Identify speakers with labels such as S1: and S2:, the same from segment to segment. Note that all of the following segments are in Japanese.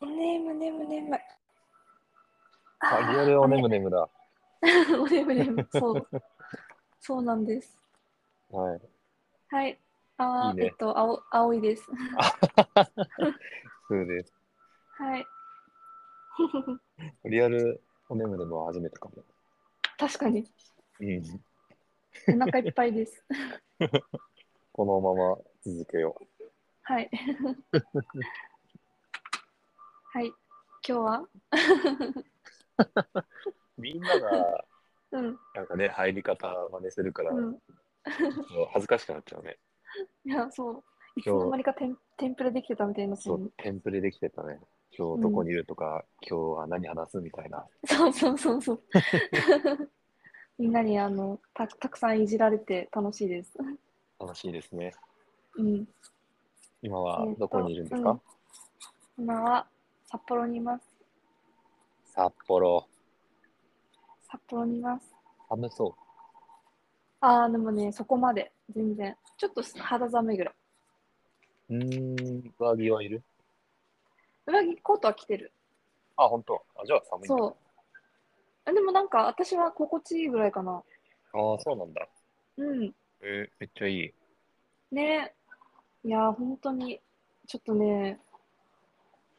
S1: 眠眠眠。
S2: あ、いわれおねむねむだ。
S1: お眠眠。そう。そうなんです。
S2: はい。
S1: はい。あー
S2: いいね
S1: えっと、あお、青いです。
S2: そうです。
S1: はい。
S2: リアルおねむねむは初めてかも。
S1: 確かに。
S2: うん。
S1: お腹いっぱいです。
S2: このまま続けよ
S1: はい。 はい。今日は
S2: う。みんなが、
S1: うん。
S2: なんかね、入り方真似するから、
S1: うん。
S2: そう恥ずかしくなっちゃうね。
S1: いや、そう。いつの間にかテンテンプレできてたみたいになって
S2: そ
S1: る
S2: う、テンプレできてたね。今日どこにいるとか、今日は何話すみたいな。
S1: そうそうそう そう。みんなにあのたたくさんいじられて楽しいです。
S2: 楽しいですね。
S1: うん。
S2: 今は
S1: えーと
S2: どこにいるんですか、
S1: うん今は札幌にいます。
S2: 札幌。
S1: 札幌にいます。
S2: 寒そ
S1: ああ、でもね、そこまで全然。ちょっと肌寒いぐらい。
S2: う。うーん、上着はいる
S1: 裏着コートは着てる。
S2: あ、本当。あ、じゃあ寒いんだ。
S1: そう。あでもなんか私は心地いいぐらいかな。
S2: ああ、そうなんだ。
S1: うん。
S2: えーめっちゃいい。
S1: ねいやー、本当に、ちょっとね、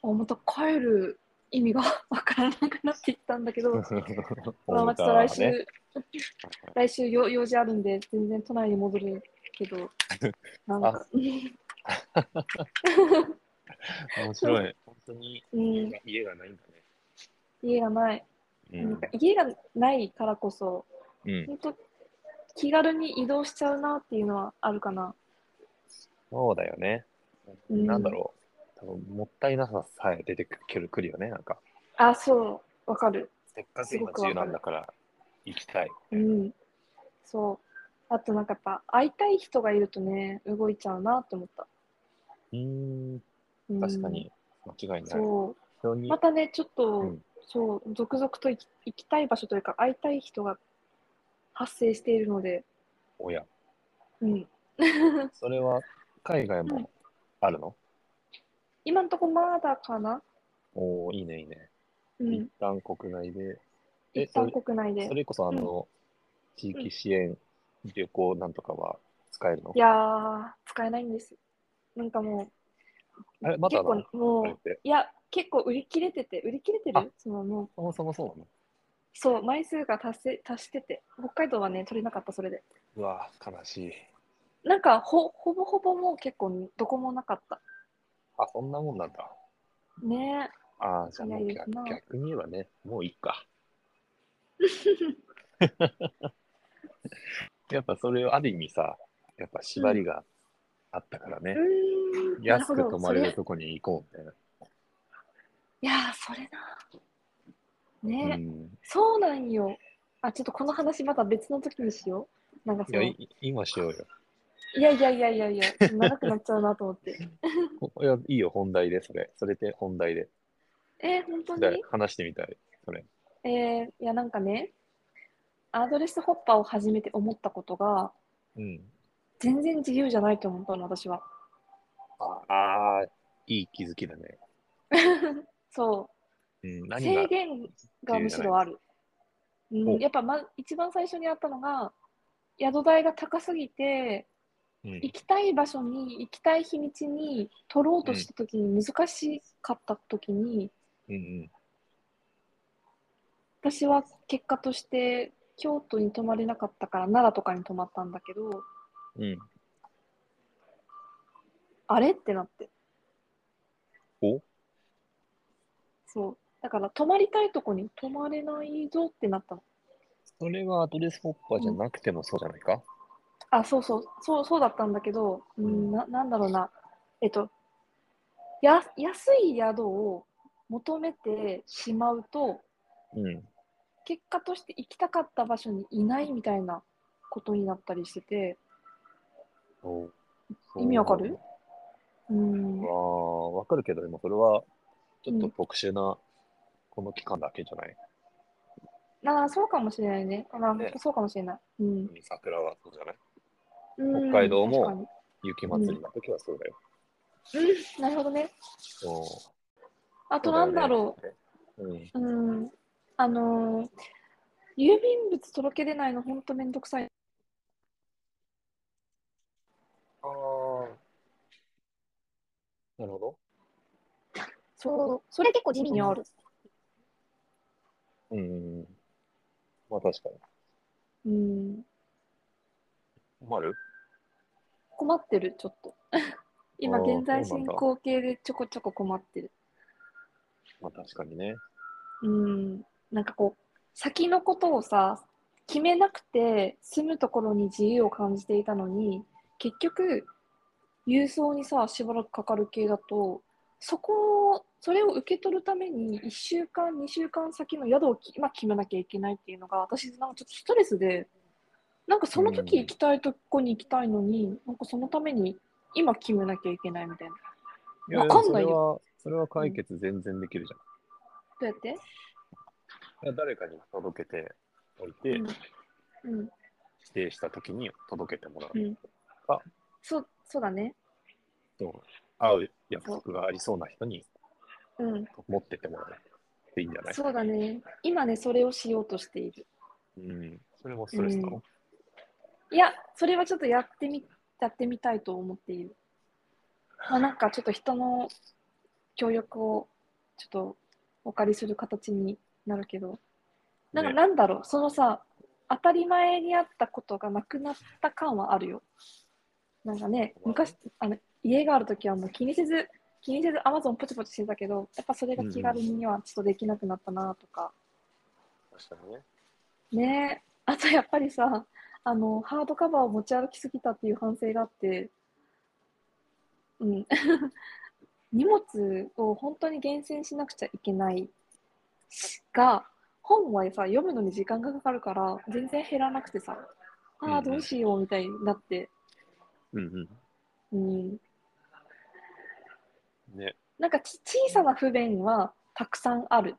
S1: あまた帰る意味が わからなくなってきたんだけど。 まあ、また来週、
S2: ね
S1: 来週よ用事あるんで、全然都内に戻るけ ど、なんか、
S2: 面白 い。本当に
S1: うん、
S2: 家がないんだね。
S1: 家がない、なんか家がないからこそ、
S2: うん、
S1: 本当、気軽に移動しちゃうなっていうのはあるかな。
S2: そうだよね。
S1: うん
S2: なんだろう。多分もったいなささえ出てくるくるよね。なんか、
S1: あ、そう、わかる。
S2: せっかく
S1: すご
S2: 今
S1: くわか
S2: 中
S1: る
S2: なんだから行きたい。
S1: うん、そう。あと、なんかやっぱ、会いたい人がいるとね、動いちゃうなって思った。
S2: うーん、
S1: うん、
S2: 確かに間違いない。
S1: そう。
S2: 人に
S1: またね、ちょっと、
S2: うん
S1: そう、続々と行き行きたい場所というか、会いたい人が発生しているので、
S2: 親。
S1: うん、
S2: それは海外
S1: うん
S2: もあるの、
S1: 今のとこまだかな、
S2: おおいいねいいね。
S1: う
S2: 一
S1: ん、
S2: 旦国内で。え
S1: 一旦国内で
S2: そ。れこそあの、地域支援旅行なんとかは使えるの
S1: いやー、使えないんです。なんかもう、
S2: あれまだ
S1: 結
S2: なの
S1: 構、もう
S2: あれっ、て
S1: いや、結構売り切れてて、売り切れて
S2: あ
S1: るそのもう、
S2: そもそもそうなの
S1: そう、枚数が達せ達してて、北海道はね、取れなかった、それで。
S2: うわぁ悲しい。
S1: なんかほ、ほぼほぼもう結構、どこもなかった。
S2: あ、そんなもんなんだ。
S1: ね
S2: ああ、じゃあもう
S1: いやいや
S2: 逆
S1: まあ
S2: 逆に言えばね、もういい か。やっぱそれをある意味さ、やっぱ縛りがあったから
S1: え。
S2: ね、
S1: うーん。
S2: 安く泊まれ
S1: な
S2: る
S1: ほど
S2: とこに行こうみたい
S1: それいやー、それな。ね
S2: な。
S1: え、
S2: うん
S1: そうなんよ。あ、ちょっとこの話また別の時にしよう。なんかそ
S2: いや
S1: の、
S2: い今しようよ。
S1: いやいやいやいやいや、長くなっちゃうなと思って。
S2: こいやいいよ、本題で、それ。それで本題で。
S1: えー、本当
S2: だから
S1: に
S2: 話してみたい、それ。
S1: えー、いや、なんかね、アドレスホッパーを始めて思ったことが、
S2: うん。
S1: 全然自由じゃないと思ったの、私は。
S2: ああー、いい気づきだね。
S1: そ
S2: うん、
S1: う、
S2: 何が
S1: 制限がむしろある。う
S2: お
S1: ん、やっぱ、ま、一番最初にあったのが、宿代が高すぎて、
S2: うん
S1: 行きたい場所に、行きたい日にちに取ろうとしたときに、難しかったときに、
S2: うんうん。
S1: 私は結果として京都に泊まれなかったから奈良とかに泊まったんだけど
S2: うん。
S1: あれってなって
S2: お
S1: そうだから泊まりたいとこに泊まれないぞってなったの
S2: それはアドレスホッパーじゃなくてもそうじゃないか、
S1: あそうそうそうそうだったんだけどうんななんだろうなえっとや安い宿を求めてしまうと
S2: うん。
S1: 結果として行きたかった場所にいないみたいなことになったりしてて意味わかるうん
S2: ああ、わかるけど、でもそれは、ちょっ
S1: う
S2: と
S1: ん
S2: 特殊な、この期間だけじゃない、
S1: ああ、そうかもしれないね。あー
S2: ね
S1: そうかもしれない。うん。
S2: 桜はそうじゃない
S1: うん
S2: 北海道も。
S1: 確か
S2: 雪祭りの時はそうだよ。
S1: になるほどね。
S2: そ
S1: あとなんだろ
S2: う。うん。
S1: う。うん。あのー郵便物届け出ないのほんとめんどくさい。
S2: ああ。なるほど。
S1: そう。それ結構地味にある。
S2: うん。まあ確かに。
S1: うん。
S2: 困る
S1: 困ってる、ちょっと。 今、
S2: あー
S1: 現在
S2: そう
S1: 進
S2: なんだ
S1: 行形でちょこちょこ困ってる。
S2: まあ確かにね。
S1: うん。なんかこう、先のことをさ、決めなくて住むところに自由を感じていたのに、結局、郵送にさ、しばらくかかる系だと、そこを、それを受け取るために1週間、2週間先の宿をき今決めなきゃいけないっていうのが、私なんかちょっとストレスで、なんかその時行きたいとこに行きたいのに、なんかそのために今決めなきゃいけないみたいな。
S2: いや
S1: わかんない
S2: でもそれは、それは解決全然できるじ
S1: どうやって
S2: ゃん。いや誰かに届けておいて、
S1: うん
S2: 指
S1: うん、
S2: 定した時に届けてもらう。
S1: うん
S2: あ
S1: そうそうだね。
S2: と、会う約束がありそうな人に
S1: うん、
S2: 持ってってもらうっていいんじゃない
S1: そうだね。今ね、それをしようとしている。
S2: うん。それもストレスなの、
S1: いや、それはちょっとやってみ、やってみたいと思っている。まあ、なんかちょっと人の協力をちょっとお借りする形になるけど、なんか
S2: ね
S1: なんだろう、そのさ、当たり前にあったことがなくなった感はあるよ。なんかね、昔、あの家があるときはもう気にせず、気にせず Amazon ポチポチしてたけど、やっぱそれが気軽にはちょっとできなくなったなとか、
S2: 確かにね。
S1: ねえ、あとやっぱりさ、あの、ハードカバーを持ち歩きすぎたっていう反省があって、うん。 荷物を本当に厳選しなくちゃいけないが、本はさ、読むのに時間がかかるから、全然減らなくてさ、ああ、
S2: うんうん
S1: どうしようみたいになって、
S2: うん
S1: うん。
S2: うん。ね、
S1: なんかち小さな不便はたくさんある。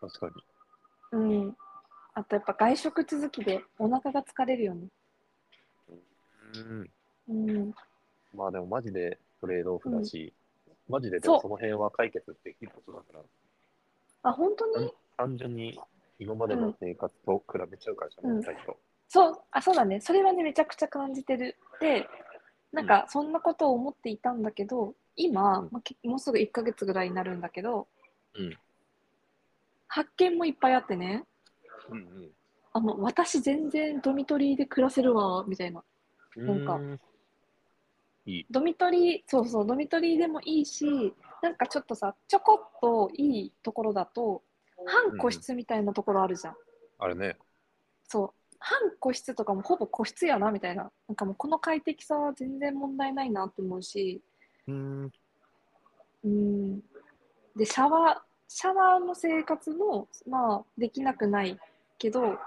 S2: 確かに。
S1: うん。あとやっぱ外食続きでお腹が疲れるよね。う
S2: うん。
S1: ん。
S2: まあでもマジでトレードオフだし、マジでで
S1: そ
S2: も
S1: う
S2: その辺は解決できることだから、
S1: あ、本当に
S2: 単純に今までの生活と比べちゃうからじ
S1: う
S2: ゃ
S1: ん
S2: ない、最初。
S1: そう、あ、そうだね。それはね、めちゃくちゃ感じてる。で、なんか、そんなことを思っていたんだけど、今、
S2: うん
S1: まあけもうすぐ1ヶ月ぐらいになるんだけど、
S2: うん
S1: 発見もいっぱいあってね、
S2: うん
S1: あの、私全然ドミトリーで暮らせるわ、みたいな。
S2: うん。
S1: なんか
S2: んか。いい。
S1: ドミトリー、そうそう、ドミトリーでもいいし、なんかちょっとさ、ちょこっといいところだと、半個室みたいなところあるじゃん。
S2: あれね。
S1: そう半個室とかもほぼ個室やなみたいななんかもうこの快適さは全然問題ないなって思うし
S2: うん。
S1: うんでシャワーシャワーの生活もまあできなくないけど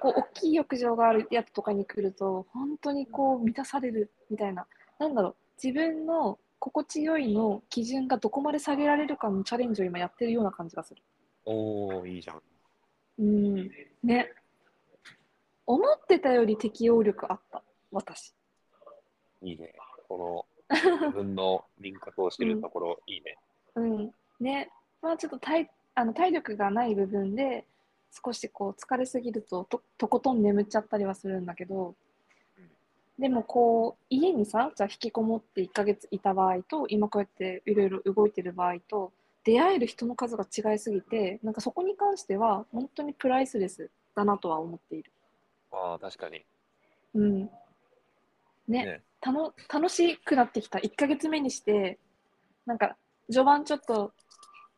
S1: こう大きい浴場があるやつとかに来ると本当にこう満たされるみたいななんだろう自分の心地よいの基準がどこまで下げられるかのチャレンジを今やってるような感じがする。
S2: おおいいじゃん。
S1: うんね思ってたより適応力あった私。
S2: いいね。こ の、自分の輪郭をしてるところ、いいね。
S1: うん、ね、まあちょっと体あの体力がない部分で少しこう疲れすぎるとととことん眠っちゃったりはするんだけどでもこう家にさじゃあ引きこもって1ヶ月いた場合と今こうやっていろいろ動いてる場合と出会える人の数が違いすぎてなんかそこに関しては本当にプライスレスだなとは思っている。
S2: ああ、確かに。
S1: うんね
S2: ね
S1: たの楽しくなってきた1ヶ月目にしてなんか序盤ちょっと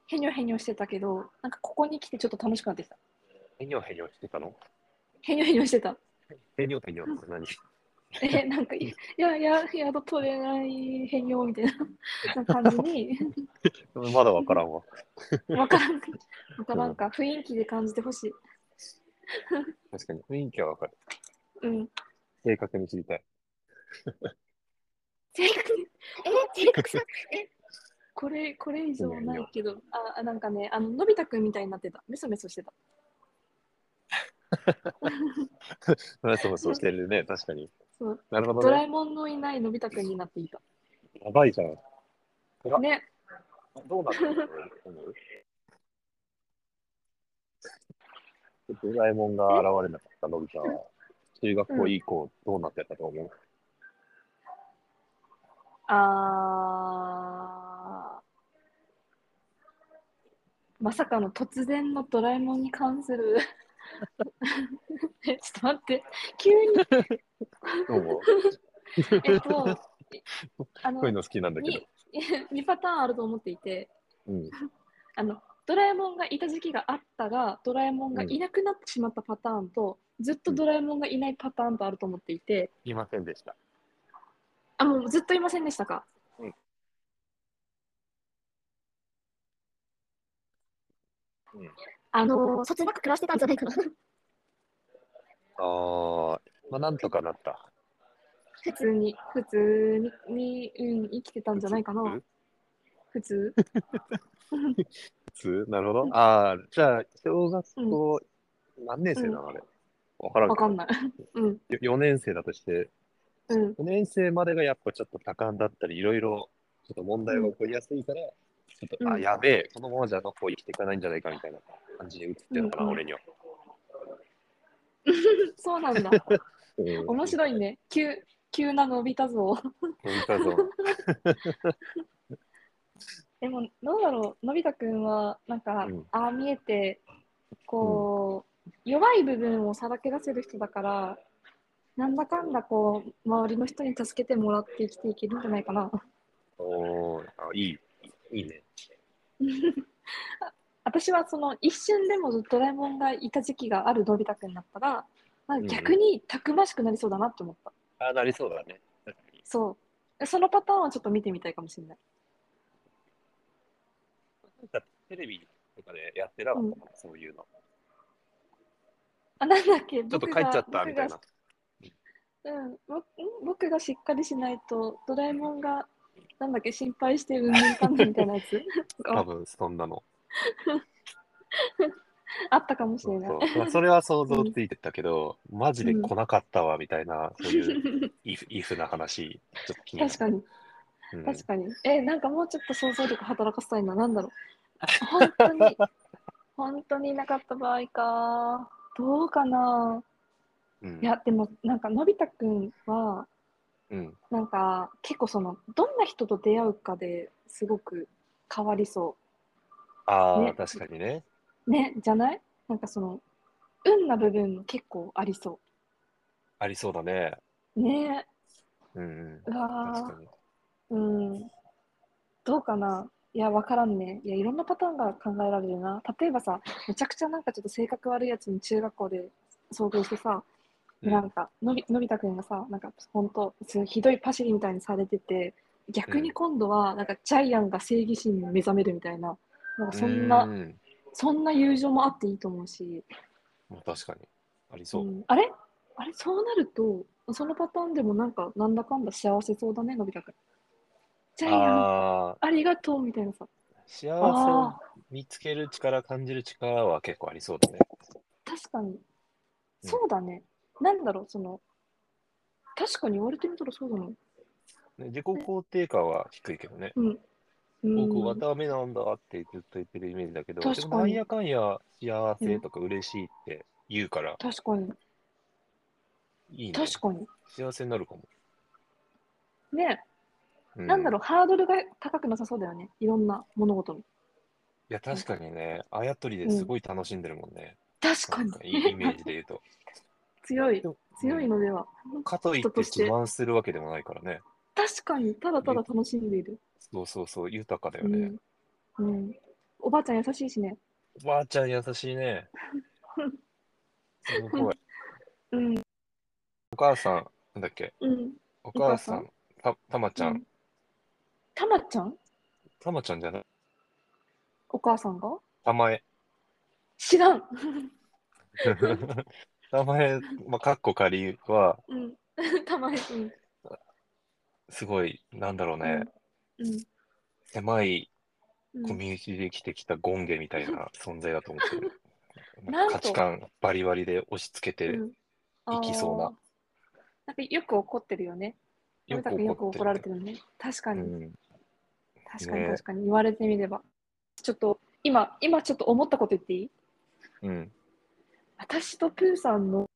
S1: へにょへにょしてたけどなんかここに来てちょっと楽しくなってきた
S2: へにょへにょしてたの
S1: へにょへにょしてた
S2: へにょへにょって何
S1: えなんかいいやいや宿取れないへにょみたいなな感じ に
S2: まだわからんわ。
S1: わからんわからんか雰囲気で感じてほしい
S2: 確かに。雰囲気はわかる。
S1: うん
S2: 正確に知りたい。
S1: 正確にえ正確さえこれこれ以上ないけどああなんかねあののび太くんみたいになってたメソメソしてた
S2: そうそうしてるね。確かに。
S1: そう
S2: なるほ
S1: ド
S2: ど
S1: ラ
S2: ね。
S1: えもんのいないのび太くんになっていた
S2: やばいじゃん。
S1: ね
S2: どうなんだろうと思うちょっとドラえもんが現れなかったのび太は、中学校以降どうなってたと思う、
S1: あーまさかの突然のドラえもんに関する えちょっと待って急に
S2: どうも、
S1: えっ とあ
S2: こういう
S1: の
S2: の好きなんだ けど。
S1: 2パターンあると思っていて
S2: うん、
S1: あのドラえもんがいた時期があったがドラえもんがいなくなってしまったパターンと、ずっとドラえもんがいないパターンとあると思っていて、
S2: いませんでした。
S1: あもうずっといませんでしたか
S2: うん、
S1: あの
S3: そつなく暮らしてたんじゃないかな。
S2: ああ、まあなんとかなった。
S1: 普通に普通にに、うん、生きてたんじゃないかな普通
S2: 普通なるほど。ああ、じゃあ、小学校、何年生なのあれ。わからん
S1: わ
S2: け
S1: か
S2: ど
S1: んない うん
S2: 4年生だとして、
S1: うん
S2: 4年生までがやっぱちょっと多感だったり、いろいろちょっと問題が起こりやすいから、ちょっと、
S1: う
S2: あ、
S1: ん
S2: やべえ、このままじゃあの子生きていかないんじゃないかみたいな感じに映ってるのかな、
S1: うんうん
S2: 俺には。
S1: そうなんだ
S2: うん
S1: 面白い。ね急急な伸びたぞ
S2: 伸びたぞ。
S1: でもどうだろうのび太くんはなんか、
S2: うん
S1: ああ見えてこう、弱い部分をさらけ出せる人だからなんだかんだこう周りの人に助けてもらって生きていけるんじゃないかな
S2: おーあ、いい、いいね。
S1: 私はその一瞬でもドラえもんがいた時期があるのび太くんだったらなんか逆にたくましくなりそうだなって思った、
S2: あ、なりそうだね。確かに
S1: そうそのパターンはちょっと見てみたいかもしれない
S2: なんかテレビとかでやってなかったかな、そういうの。
S1: あなんだっけ
S2: ちょっと
S1: 僕
S2: 帰
S1: が
S2: っちゃったみたいな。
S1: うん、ぼん僕がしっかりしないとドラえもんがなんだっけ心配してうんぬんかんぬんみたいなやつ
S2: 多分そんなの。
S1: あったかもしれない。
S2: そうまあそれは想像ついてたけど、マジで来なかったわみたいな、そういう イフイフな話、ちょっと気になる
S1: 確かに
S2: うん
S1: 確かに。えなんかもうちょっと想像力働かせたいななんだろ う。本当に本当にいなかった場合かどうかな。
S2: うん
S1: いやでもなんかのび太くんは
S2: うん、
S1: なんか結構そのどんな人と出会うかですごく変わりそ
S2: ああ、
S1: ね
S2: 確かにね。
S1: うねじゃない？なんかその運な部分も結構ありそ
S2: ありそうだね。
S1: う。ねえ。
S2: うんうん、
S1: うわ
S2: 確
S1: ー
S2: かに。
S1: うん。どうかないや、わからんね。いや、いろんなパターンが考えられるな。例えばさ、めちゃくちゃなんかちょっと性格悪いやつに中学校で遭遇してさ、
S2: うん
S1: なんかのび、のび太くんがさ、なんかほんと、すごいひどいパシリみたいにされてて、逆に今度は、なんかジャイアンが正義心に目覚めるみたいな、なんかそん
S2: う
S1: な、
S2: ん
S1: そんな友情もあっていいと思うし、
S2: 確かに。ありそうう。
S1: んあれあれそうなると、そのパターンでもなんか、なんだかんだ幸せそうだね、のび太くん。ジャイアン
S2: ああ、
S1: ありがとうみたいなさ。
S2: 幸せを
S1: ああ、
S2: 見つける力、感じる力は結構ありそうだね。
S1: 確かに。そうだね。なんだろう、その、確かに言われてみたらそうだな。
S2: ね自己肯定感は低いけどね。
S1: うん。うん、
S2: 僕はダメなんだってずっと言ってるイメージだけど、
S1: 確か
S2: で
S1: に
S2: もなんやかんや幸せとか嬉しいって言うから、
S1: 確かに、
S2: いいね。
S1: 確かに。
S2: 幸せになるかも。
S1: ね、
S2: う
S1: なんだろう、ハードルが高くなさそうだよね。いろんな物事に。
S2: いや、確かにね、あやとりですごい楽しんでるもんね。
S1: 確か
S2: なん
S1: に。
S2: かいいイメージで言 うと。
S1: 強い
S2: で、も
S1: 強いのでは。
S2: かといって
S1: 人として
S2: 自慢するわけでもないからね。
S1: 確かに、ただただ楽しんでいる。
S2: そうそうそう、豊かだよ
S1: う
S2: ね
S1: ん。。うん、おばあちゃん優しいしね。
S2: おばあちゃん優しいね。すごい。
S1: うん。
S2: お母さん、なんだっけ、
S1: うん。
S2: お母さん、たたまちゃ
S1: うんん、。たまちゃん
S2: たまちゃんじゃない、
S1: お母さんが
S2: た まえ。
S1: 知らん。
S2: たまえ、まあ、かっこ仮は、
S1: うん。 たまえ。うん。
S2: すごい、なんだろうね、
S1: うん。
S2: 狭い
S1: うん。
S2: コミュニティで生きてきたゴンゲみたいな存在だと思って る。
S1: なんと
S2: 価値観バリバリで押し付けて、
S1: うん
S2: いきそうな
S1: あーなんかよく怒ってるよね。
S2: よく
S1: よく
S2: 怒
S1: 怒
S2: って
S1: ら
S2: る
S1: れ
S2: ね
S1: てるね。確かに、
S2: うん
S1: 確かに
S2: ね
S1: 確かに、言われてみれば。ちょっと、今、今ちょっと思ったこと言っていい
S2: うん。
S1: 私とプーさんの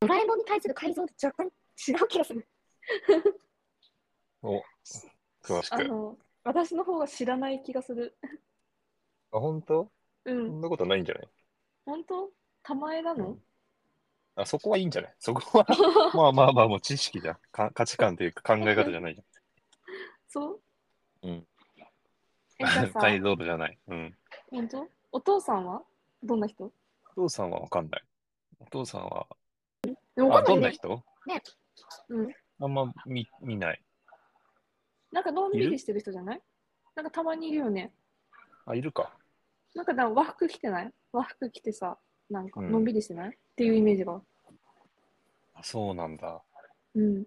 S1: ドラえもんに対する解像度若干違う気がする。
S2: 詳しく。
S1: あ
S2: あ、
S1: の、私の方が知らない気がする。
S2: 本当
S1: う
S2: そ
S1: ん、
S2: んなことないんじゃない
S1: 本当玉江なの、
S2: うんあ、そこはいいんじゃない そこは、 まあまあまあ、もう知識じゃん。か価値観というか考え方じゃないじ
S1: そう
S2: うん。
S1: え、 じゃ
S2: ゃ
S1: あ
S2: ん。
S1: さ、
S2: 解像度じゃない。うん。
S1: 本当お父さんはどんな人
S2: お父さんはわかんない。お父さんは、
S1: でもわ
S2: あ、
S1: か
S2: ど
S1: ん
S2: ん
S1: な
S2: ない
S1: ね。
S2: 人
S1: うん。
S2: あんま見見ない。
S1: なんかのんび
S2: い
S1: り
S2: る
S1: してる人じゃないなんかたまにいるよね。
S2: あ、いるか。
S1: なんかだ和服着てない和服着てさ、なんか
S2: うん
S1: のんびりしてない、っていうイメージが。
S2: あそうなんだ。
S1: うん。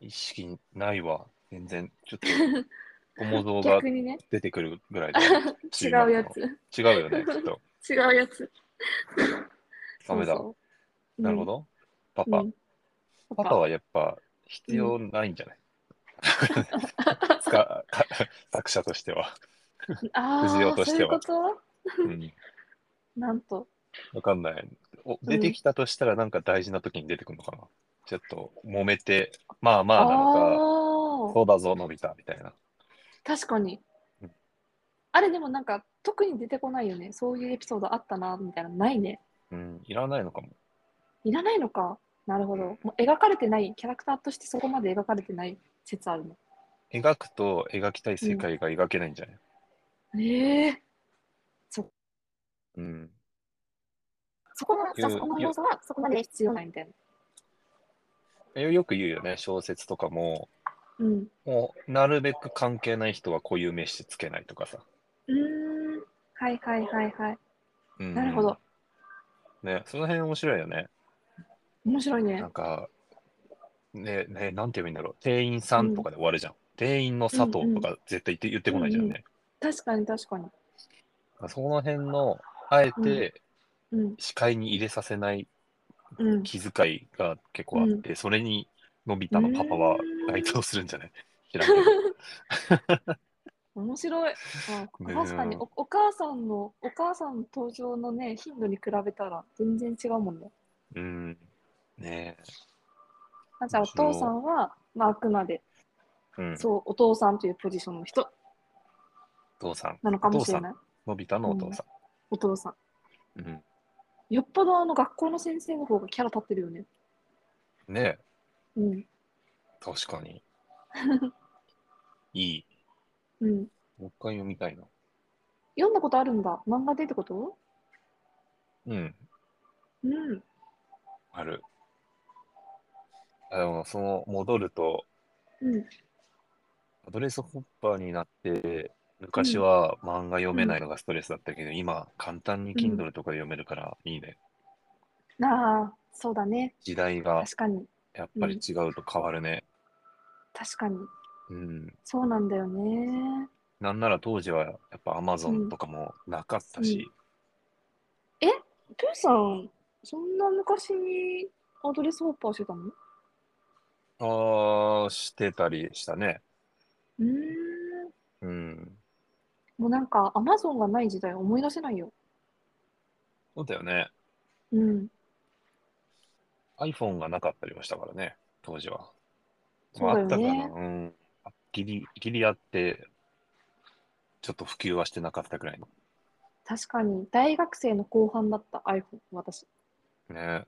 S2: 意識ないわ。全然、ちょっ と、友像が
S1: 逆にね、
S2: 出てくるぐらいだ。
S1: 違うやつ。
S2: 違うよね、きっと。
S1: 違うやつ。
S2: ダメだ。
S1: そうそう
S2: なるほ。ど。パパ、
S1: うん
S2: パパはやっぱ必要ないんじゃない、つか か作者としては。
S1: ああ、
S2: 藤尾としては
S1: そういうこ
S2: うん、
S1: となんと。
S2: わかんないお。出てきたとしたらなんか大事な時に出てくるのかな。ちょっと揉めて、まあまあなのか、
S1: ああ、
S2: そうだぞ、伸びたみたいな。
S1: 確かに
S2: うん。
S1: あれでもなんか特に出てこないよね。そういうエピソードあったな、みたいなのないね。
S2: うん、いらないのかも。
S1: いらないのか。なるほど。もう描かれてない、キャラクターとしてそこまで描かれてない説あるの。
S2: 描くと描きたい世界が描けないんじゃない、
S1: ええ
S2: うん
S1: そこの、
S2: じゃあそこの要
S1: 素はそこまで必要ないみたいな。
S2: えよく言うよね、小説とかも、
S1: うん。
S2: もうなるべく関係ない人は固有名詞つけないとかさ。
S1: うーん。はいはいはいはい。
S2: うん
S1: なるほど。。
S2: ね、その辺面白いよね。
S1: 面白いね
S2: なん。か、ね、ね、なんて言えばいいんだろう。店員さんとかで終わるじゃん。店員の佐藤とか絶対言って,、言ってこないじゃんね。
S1: 確かに確かに。
S2: その辺の、あえて
S1: うん。
S2: 視界に入れさせない
S1: うん。
S2: 気遣いが結構あって、それにのび太のパパは該当するんじゃない知らんけど。
S1: 面白い。あ
S2: ねえ
S1: 確かにおお母さんのお母さんの登場のね頻度に比べたら全然違うもんね。
S2: うん。ね
S1: あじゃあお
S2: 面白い
S1: 父さんは、まあ、あくまで
S2: え。うん。
S1: そうお父さんというポジションの人
S2: お父さん。
S1: なのかもしれない。
S2: のび太のお父さ
S1: お父さ
S2: ん。うん。
S1: ん。よっぽどあの学校の先生の方がキャラ立ってるよね。
S2: ねえ。
S1: うん。
S2: 確 かに。いい。
S1: うん。
S2: もう一回読みたいな。
S1: 読んだことあるんだ。漫画でってこと
S2: うん。
S1: うん。
S2: ある。あの、その、戻ると、
S1: うん。
S2: アドレスホッパーになって、昔は漫画読めないのがストレスだったけど、今、簡単に Kindle とかで読めるからいいね。
S1: ああ、そうだね。
S2: 時代が
S1: 確かに。
S2: やっぱり違うと変わるね。
S1: 確かに。
S2: うん。
S1: そうなんだよね。
S2: なんなら当時はやっぱ Amazon とかもなかったし、
S1: プーさん、そんな昔にアドレスホッパーしてたのう
S2: ああ、してたりしたね。
S1: ーん。
S2: うん。
S1: もうなんか、アマゾンがない時代思い出せないよ。
S2: そうだよね。
S1: うん。
S2: iPhone がなかったりもしたからね、当時は。
S1: そうだよね
S2: まああったかな。うん。ギリ、ギリあって、ちょっと普及はしてなかったくらいの。
S1: 確かに、大学生の後半だった iPhone、私。
S2: ね。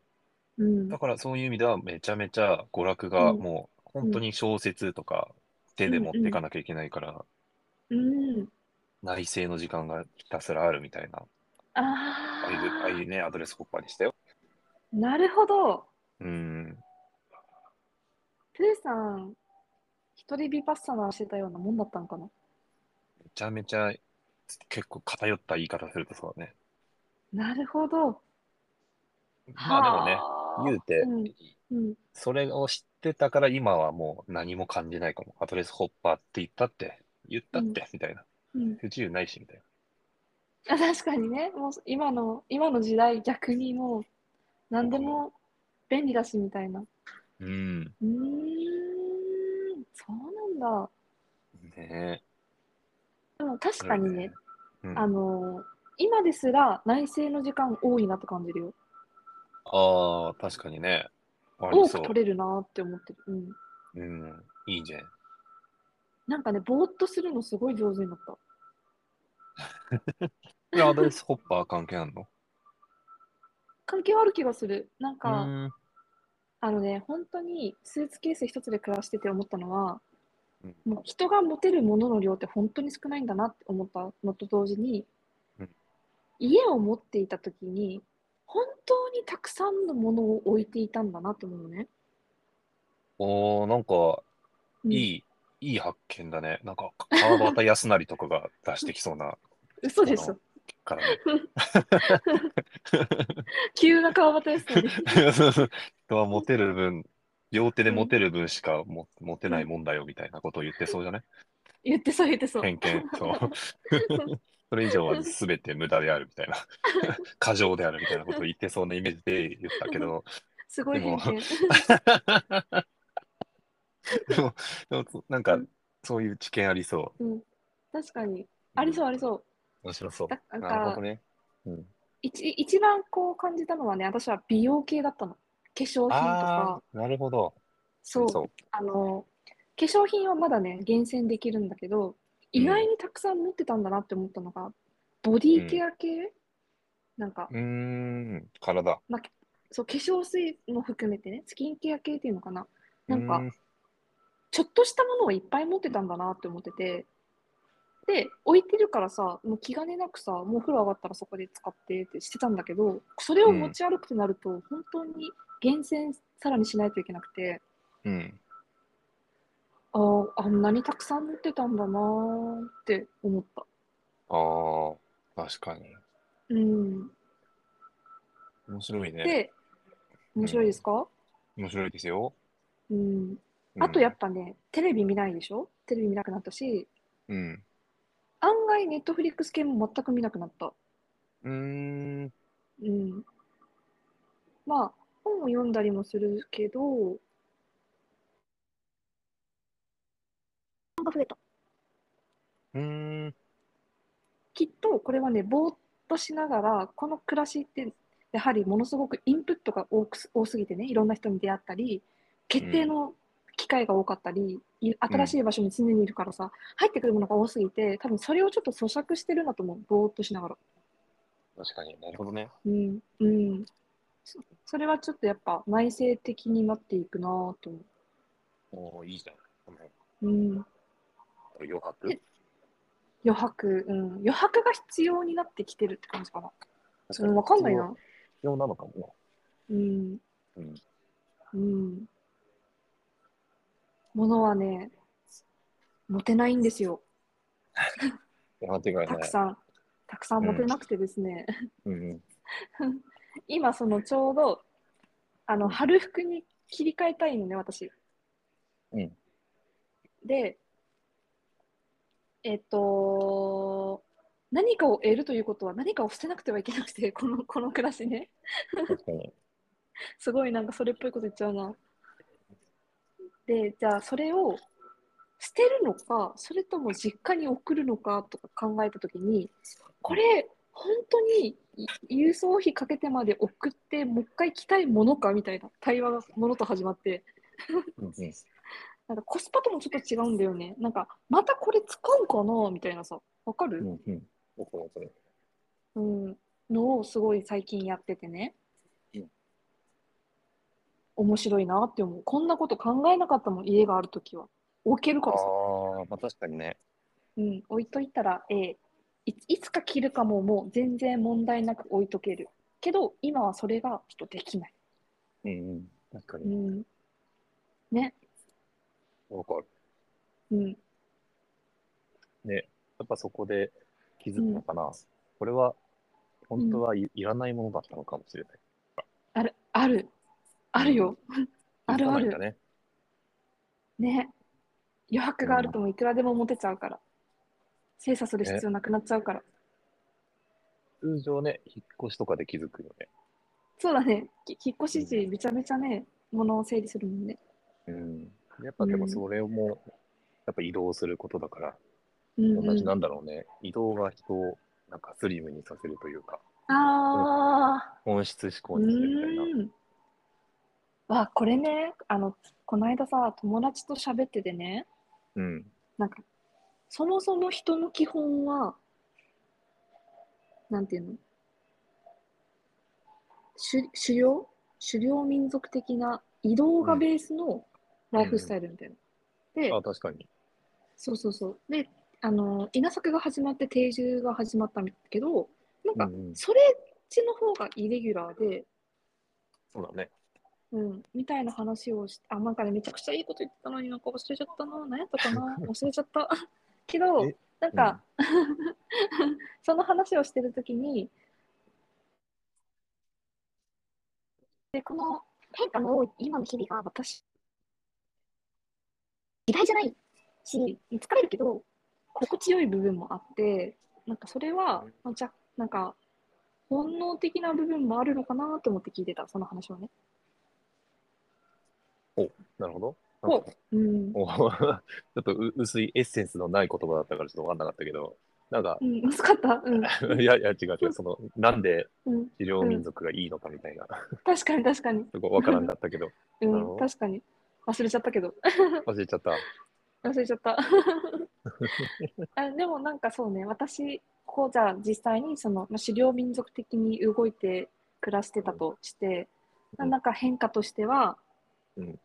S1: うん
S2: だ。からそういう意味では、めちゃめちゃ娯楽が
S1: うん
S2: もう、本当に小説とか手で持っていかなきゃいけないから、
S1: うん。
S2: 内政の時間がひたすらあるみたいな、ああいう、ああ
S1: あ
S2: いうね、アドレスホッパーにしたよ。
S1: あ、なるほど。
S2: うん。
S1: プーさん、一人ビパッサナーしてたようなもんだったんかな。
S2: めちゃめちゃ、結構偏った言い方するとそうだね。
S1: なるほど。
S2: まあで
S1: はあ
S2: もね、言うて、
S1: うん。
S2: それを知ってたから今はもう何も感じないかも。アドレスホッパーって言ったって、言ったって、みたいな。
S1: うん。
S2: 不自由ないし、みたいな。
S1: あ確かにね、もう今の、今の時代、逆にもう、何でも便利だしみたいな。う
S2: うん。
S1: ーん、そうなんだ。
S2: ね
S1: でも確かにね、
S2: え。うん、
S1: あ
S2: あ
S1: のー今ですら内省の時間多いなって感じるよ。
S2: あー、確かにね。あり
S1: 多
S2: そ
S1: く
S2: う。
S1: 取れるなって思ってる。うん。
S2: うん、いいね。
S1: なんかね、ぼーっとするのすごい上手になった。
S2: これアドレスホッパー関係あるの
S1: 関係はある気がする。なん
S2: う
S1: か、
S2: ん。
S1: あのね、本当にスーツケース一つで暮らしてて思ったのは
S2: うん、
S1: もう人が持てるものの量って本当に少ないんだなって思ったのと同時に
S2: うん、
S1: 家を持っていた時に、本当にたくさんのものを置いていたんだなって思うのね。
S2: おー、なんか、
S1: うん
S2: いい、いい発見だね。なんか、川端康成とかが出してきそうな、
S1: 嘘でしょ
S2: あの。からね。
S1: 急な川端康 成。
S2: そうそう人は持てる分、両手で持てる分しかも持てないもんだよみたいなことを言ってそうじゃない
S1: 言ってそう言ってそう。
S2: 偏見。そう。それ以上は全て無駄であるみた いな。過剰であるみたいなことを言ってそうなイメージで言った けど。
S1: すごい偏見。
S2: でも、でもそうなんか、そういう知見ありそ
S1: うん、確かに。
S2: う。
S1: ありそうあり
S2: う。
S1: そう。
S2: 面白そう。
S1: だなん
S2: なるほ
S1: か
S2: どね。うん。
S1: 一、一番こう感じたのはね、私は美容系だったの。化粧品と
S2: あ
S1: か、
S2: あ、なるほど。
S1: そう、
S2: そう。
S1: あの、化粧品はまだね、厳選できるんだけど、意外にたくさん持ってたんだなって思ったのが、ボディケア系、なんか、
S2: うーん、体。
S1: まあ、そう、化粧水も含めてね、スキンケア系っていうのかな。なんか
S2: うー、ん
S1: ちょっとしたものをいっぱい持ってたんだなって思ってて、で、置いてるからさ、もう気兼ねなくさ、もうお風呂上がったらそこで使ってってしてたんだけど、それを持ち歩くとなると、本当に厳選さらにしないといけなくて、
S2: うん。
S1: ああ、あんなにたくさん持ってたんだなーって思った。
S2: ああ、確かに。
S1: うん。
S2: 面白いね。
S1: で、面白いですか
S2: 面白いですよ。
S1: うん。
S2: うん
S1: あとやっぱね、テレビ見ないでしょテレビ見なくなったし、
S2: うん。
S1: 案外ネットフリックス系も全く見なくなった。
S2: うーん。
S1: うん。まあ、本を読んだりもするけど、本が増えた。
S2: うーん。
S1: きっとこれはね、ぼーっとしながら、この暮らしって、やはりものすごくインプットが多くす多すぎてね、いろんな人に出会ったり、決定の機会が多かったり、い新しい場所に常にいるからさ、入ってくるものが多すぎて、多分それをちょっと咀嚼してるんだと思う、ぼーっとしながら。
S2: 確かになるほどね。
S1: うん、うん。そそれはちょっとやっぱ内省的になっていくなぁと思
S2: おお、いいじゃん。この辺
S1: う。うん。
S2: 余白。
S1: 余白、うん。余白が必要になってきてるって感じかな。うん、わかんないな。
S2: 必要なのかも
S1: うん。
S2: な。うん。
S1: うん。ものはね、持てないんですよ。
S2: やってくだ
S1: たく
S2: さい。
S1: さん。たくさん持てなくてですね。
S2: うん。
S1: 今、そのちょうど、あの、春服に切り替えたいのね、私。
S2: うん。
S1: で、えっと、何かを得るということは何かを捨てなくてはいけなくて、この、この暮らしね。
S2: 確かに。
S1: すごいなんかそれっぽいこと言っちゃうな。で、じゃあそれを捨てるのか、それとも実家に送るのかとか考えたときに、これ、本当にい郵送費かけてまで送って、もう一回来たいものかみたいな対話がものと始まって、
S2: うんうん。
S1: なんかコスパともちょっと違うんだよね。なんか、またこれ使うかなみたいなさ、わかる、
S2: うんうん。僕もそれ。
S1: うん、のをすごい最近やっててね、
S2: うん
S1: 面白いなって思うこんなこと考えなかったもん家がある時は置ける
S2: あ
S1: からさ、
S2: あ、まあ確かにね。
S1: うん、置いといたらええいいつか着るかももう全然問題なく置いとけるけど今はそれがちょっとできない、
S2: うんうん。確か
S1: う
S2: に。
S1: ん、ね、
S2: わかる。
S1: うん、
S2: やっぱそこで気づくのかな。これは、本当はいいらないものだったのかもしれない。
S1: あるあるあるよ、あるあ
S2: 気づかないん
S1: る
S2: だね。
S1: ね余白があるともいくらでも持てちゃうから精査する必要なくなっちゃうから
S2: 通常ね、引っ越しとかで気づくよね。
S1: そうだね。き引っ越し時、めちゃめちゃね、物を整理するもんね。
S2: うん。やっぱでもそれも、やっぱ移動することだから、
S1: うん
S2: 同じ
S1: うん、
S2: な
S1: あ
S2: んだろうね。移動が人をなんかスリムにさせるというか、
S1: あ
S2: 本質思考
S1: ー、う
S2: にするみたいな。
S1: ーん。わ、これね、あの、この間さ、友達と喋っててね、
S2: うん。
S1: なんか、そもそも人の基本は、なんていうの狩狩猟狩猟民族的な移動がベースのライフスタイルみたいな。で、
S2: あ、確かに。
S1: そうそうそう。で、あの、稲作が始まって定住が始まったんだけど、なん
S2: う
S1: か、
S2: んうん、
S1: それっちの方がイレギュラーで、
S2: そうだね。
S1: うん、みたいな話をして、あ、なんかね、めちゃくちゃいいこと言ってたのになんか忘れちゃったな、何やったかな、忘れちゃった。 けど
S2: え、
S1: なんか、 その話をしてるときに、で、この変化の多い今の日々が私、嫌いじゃないし、疲れるけど、心地よい部分もあって、なんかそれは、まあ、じゃなんか、本能的な部分もあるのかなと思って聞いてた、その話をね。
S2: なるほど。
S1: おうん。
S2: お ちょっとう薄いエッセンスのない言葉だったからちょっとわかんなかったけど、なんか
S1: う、ん、薄かった。うん。
S2: いやいや違う違う、その、なんで
S1: うん、
S2: 狩猟民族がいいのかみたいな、
S1: 確かに確かに。
S2: そこわからんかったけど、
S1: う
S2: なるほ
S1: ん、
S2: ど
S1: 確かに。忘れちゃったけど。
S2: 忘れちゃった。
S1: 忘れちゃった。 あでもなんかそうね、私、こうじゃあ実際にその、まあ、狩猟民族的に動いて暮らしてたとして、
S2: う
S1: まあ
S2: ん
S1: なんか変化としては、
S2: うん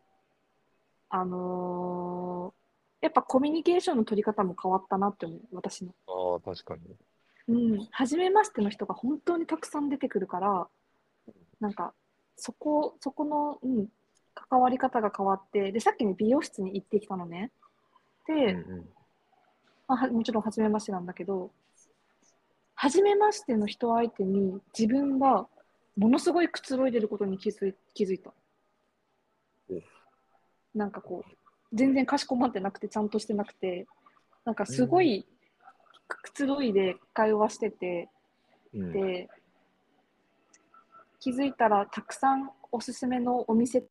S1: あのーやっぱコミュニケーションの取り方も変わったなって思う、私の。
S2: ああ、確かに。
S1: うん、初めましての人が本当にたくさん出てくるから、なんか、そこ、そこの、うん、関わり方が変わって、で、さっきね、美容室に行ってきたのね。
S2: うん
S1: で、
S2: うん
S1: まあ、はもちろん初めましてなんだけど、初めましての人相手に自分がものすごいくつろいでることに気づい気づいた
S2: お。
S1: なんかこう、全然かしこまってなくて、ちゃんとしてなくて、なんかすごいくくつろいで会話してて、
S2: うん
S1: で、気づいたらたくさんおすすめのお店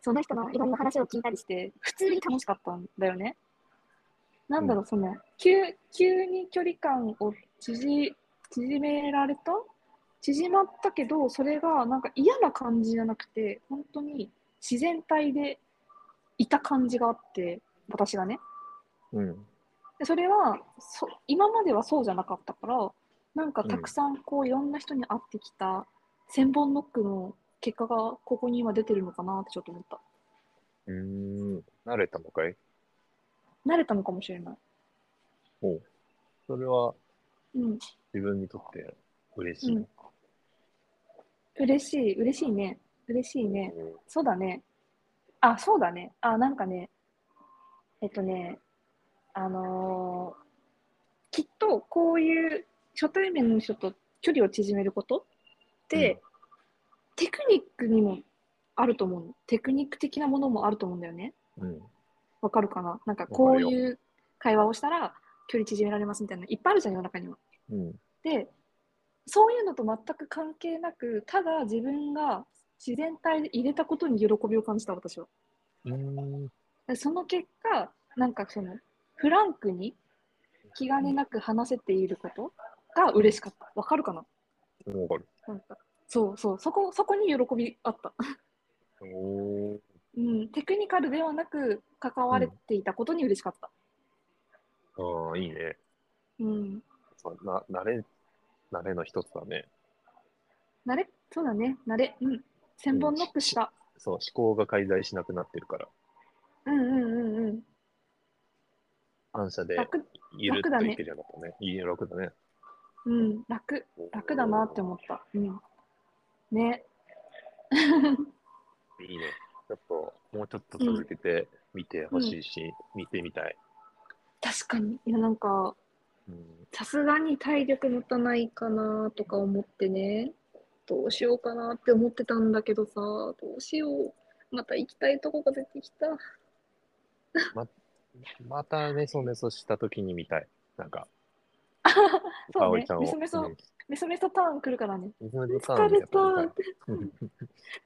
S1: その人のいろんな話を聞いたりして普通に楽しかったんだよね。なんだろう、その急急に距離感を縮縮められた縮まったけどそれがなんか嫌な感じじゃなくて本当に自然体でいた感じがあって私がね。
S2: うん。
S1: でそれはそ今まではそうじゃなかったからなんかたくさんこういろんな人に会ってきた千本ノックの結果がここに今出てるのかなってちょっと思った
S2: うん。慣れたのかい
S1: 慣れたのかもしれない、
S2: それは
S1: うん、
S2: 自分にとって嬉しい。
S1: うん嬉しい嬉しいね嬉しいね
S2: うん
S1: そうだねあそうだねあなんかねえっとねあのーきっとこういう初対面の人と距離を縮めることって、
S2: うん
S1: テクニックにもあると思うのテクニック的なものもあると思うんだよね
S2: うん。
S1: わかるかななんか
S2: わ
S1: こ
S2: か
S1: う
S2: るよ
S1: いう会話をしたら距離縮められますみたいなのいっぱいあるじゃん世の中には
S2: うん。
S1: でそういうのと全く関係なくただ自分が自然体で入れたことに喜びを感じた私は
S2: うん。
S1: でその結果なんかそのフランクに気兼ねなく話せていることが嬉しかったわかるかな
S2: わかる。
S1: なんかそうそうそこそこに喜びあった
S2: おー
S1: うん、テクニカルではなく関われていたことに嬉しかった。
S2: ああ、いいね。
S1: うん、
S2: そうな慣れ、慣れの一つだね。
S1: 慣れ、そうだね、慣れ、うん、千本ノックした。
S2: そう、思考が介在しなくなってるから、
S1: うんうんうんうん。
S2: 反射で
S1: 楽、
S2: ゆるっといけるようになったね。いいね、楽だね。
S1: うん、楽、楽だなって思った。うん。ね、
S2: いいね。ちょっと、もうちょっと続けて見てほしいし、見てみたい。
S1: 確かに。いや、なんか、
S2: うん、
S1: さすがに体力持たないかなとか思ってね、どうしようかなって思ってたんだけどさ、どうしよう。また行きたいとこが出てきた。
S2: またねそメソした時に見たい。なんか、
S1: そうね
S2: 葵ちゃんを。
S1: メソメソ
S2: うん
S1: メソメソターン来るからね。
S2: 疲
S1: 疲れた。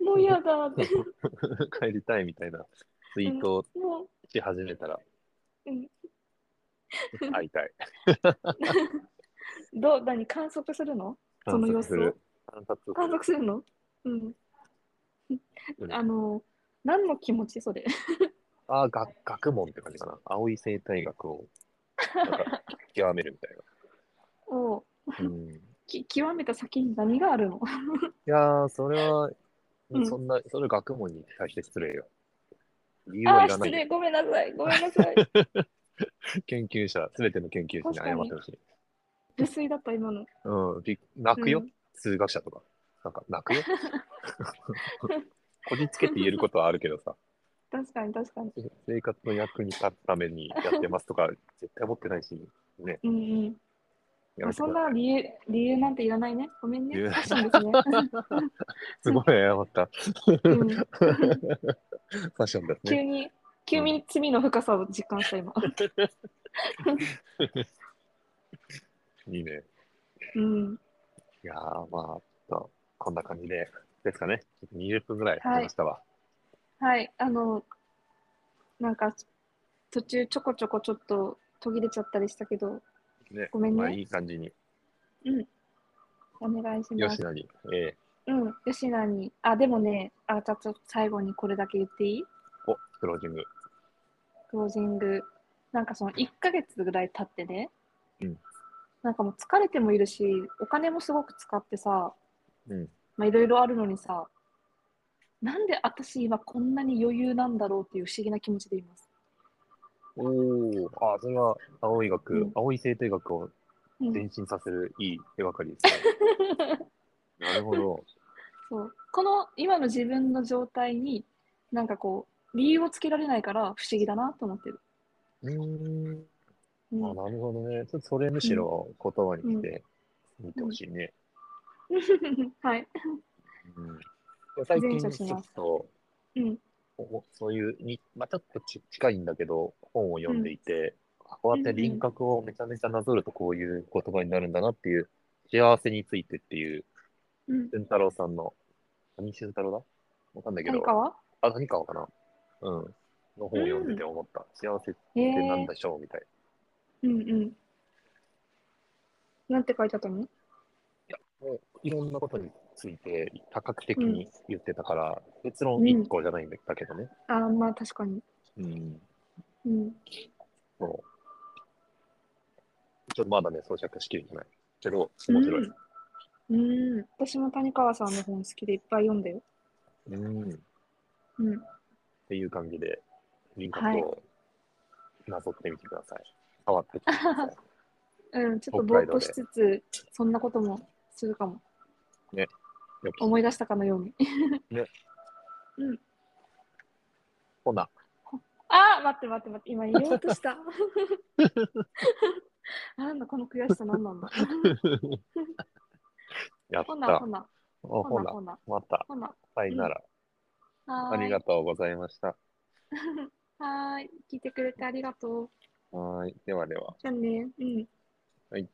S1: もうやだ。も
S2: 帰りたいみたいなツイートを
S1: う、
S2: し始めたら
S1: うん、
S2: 会いたい。
S1: どう、何、観測するの その様子を
S2: 観察する。
S1: 観測するのうん。
S2: うん
S1: あの、何の気持ちそれ。
S2: ああ、学学問って感じかな。青い生態学をなん か極めるみたい
S1: を
S2: な。うん、い
S1: き極めた先に何があるの
S2: やー、それは、
S1: うん
S2: そんな、それ学問に対して失礼よ。理由
S1: あ
S2: は
S1: あ、
S2: いらな
S1: 失
S2: いよ。
S1: 礼。ごめんなさい。ごめんなさ い。
S2: 研究者、すべての研究者に謝ってほしい。
S1: 無粋だった、今の。
S2: うん、び泣くよ、
S1: うん
S2: 数学者とか。なんか泣 くよ。こじつけて言えることはあるけどさ、
S1: 確かに、確かに。
S2: 生活の役に立つためにやってますとか、絶対思ってないし、ね。
S1: うんうん。
S2: や
S1: まあ
S2: めて
S1: そ
S2: く
S1: ん
S2: ださい
S1: な理由、理由なんていらないね。ごめんね。
S2: 理
S1: フ
S2: 由
S1: ァッションですね。
S2: すごい謝った。
S1: うん
S2: ファッションですね。
S1: 急に、急に罪の深さを実感した、今。
S2: いいね。
S1: うん。
S2: いやー、まあ、とこんな感じで、ですかね。20分ぐらい話ましたわ。
S1: はい、あの、なんか、途中ちょこちょこちょっと途切れちゃったりしたけど、
S2: ね
S1: ごめんね
S2: まあ、いい感じに、
S1: お願いしま
S2: 吉
S1: す。
S2: 野に。え
S1: うん、吉野に。あ、でもね、あ、じゃあちょっと最後にこれだけ言っていい
S2: ー、お、クロージング。
S1: クロージング。なんかその1ヶ月ぐらい経ってね、
S2: うん
S1: なんかもう疲れてもいるし、お金もすごく使ってさ、
S2: うん。
S1: まあいろいろあるのにさ、なんで私今こんなに余裕なんだろうっていう不思議な気持ちでいます。
S2: おお、あ、それは、青い学、
S1: うん
S2: 青い生態学を
S1: うん
S2: 前進させるいい手がかりですね。 なるほど。
S1: そうこの今の自分の状態になんかこう理由をつけられないから不思議だなと思ってる。
S2: うーん。
S1: うん
S2: あ、なるほどね。ちょっとそれむしろ言葉にしてみてほしいね。
S1: はい、
S2: うん最近
S1: 前者
S2: ち
S1: し
S2: ょ
S1: ま
S2: っ
S1: す
S2: と、
S1: うん
S2: おそういうに、まあ、ちょっとち近いんだけど、本を読んでいて、こうやって輪郭をめちゃめちゃなぞるとこういう言葉になるんだなっていう、幸せについてっていう、
S1: うん、
S2: 俊太郎さんの、何俊太郎だわかんないけど
S1: 何、かは
S2: あ、何かわかなうん。の本を読んでて思った。幸せっ
S1: え
S2: てなん
S1: ー、
S2: でしょうみたいな。
S1: うんうん。なんて書いてあったの
S2: もういろんなことについて多角的に言ってたから、結論1個じゃないんだけどね。
S1: あーまあ確かに。
S2: うん。
S1: うん、
S2: そう。ちょっとまだね、装着しきれてない。けど、面白い。
S1: うん、うん私も谷川さんの本好きでいっぱい読んだよ。
S2: うん。っ
S1: うん、
S2: ていう感じで、輪
S1: はい
S2: 郭をなぞってみてください。触ってみてくだ さい。
S1: うん、ちょっとぼ
S2: 北
S1: ー
S2: 海
S1: っ
S2: 道
S1: と
S2: で
S1: しつつそんなこともするかも
S2: よき
S1: 思い出したかのように。
S2: ほな、
S1: あー待って待って待って、今言おうと した。なんだ、この悔しさなんなんだ。
S2: やっ
S1: ほな、
S2: た
S1: ほ。な、ほ
S2: おほ
S1: な、
S2: な
S1: ほ、な、
S2: また、
S1: ほな。
S2: さいなら、
S1: は
S2: あり
S1: ーい。
S2: がとうございました。
S1: はーい。聞いてくれてありがとう。
S2: はーい。ではでは。
S1: じゃあね。うん。
S2: はい。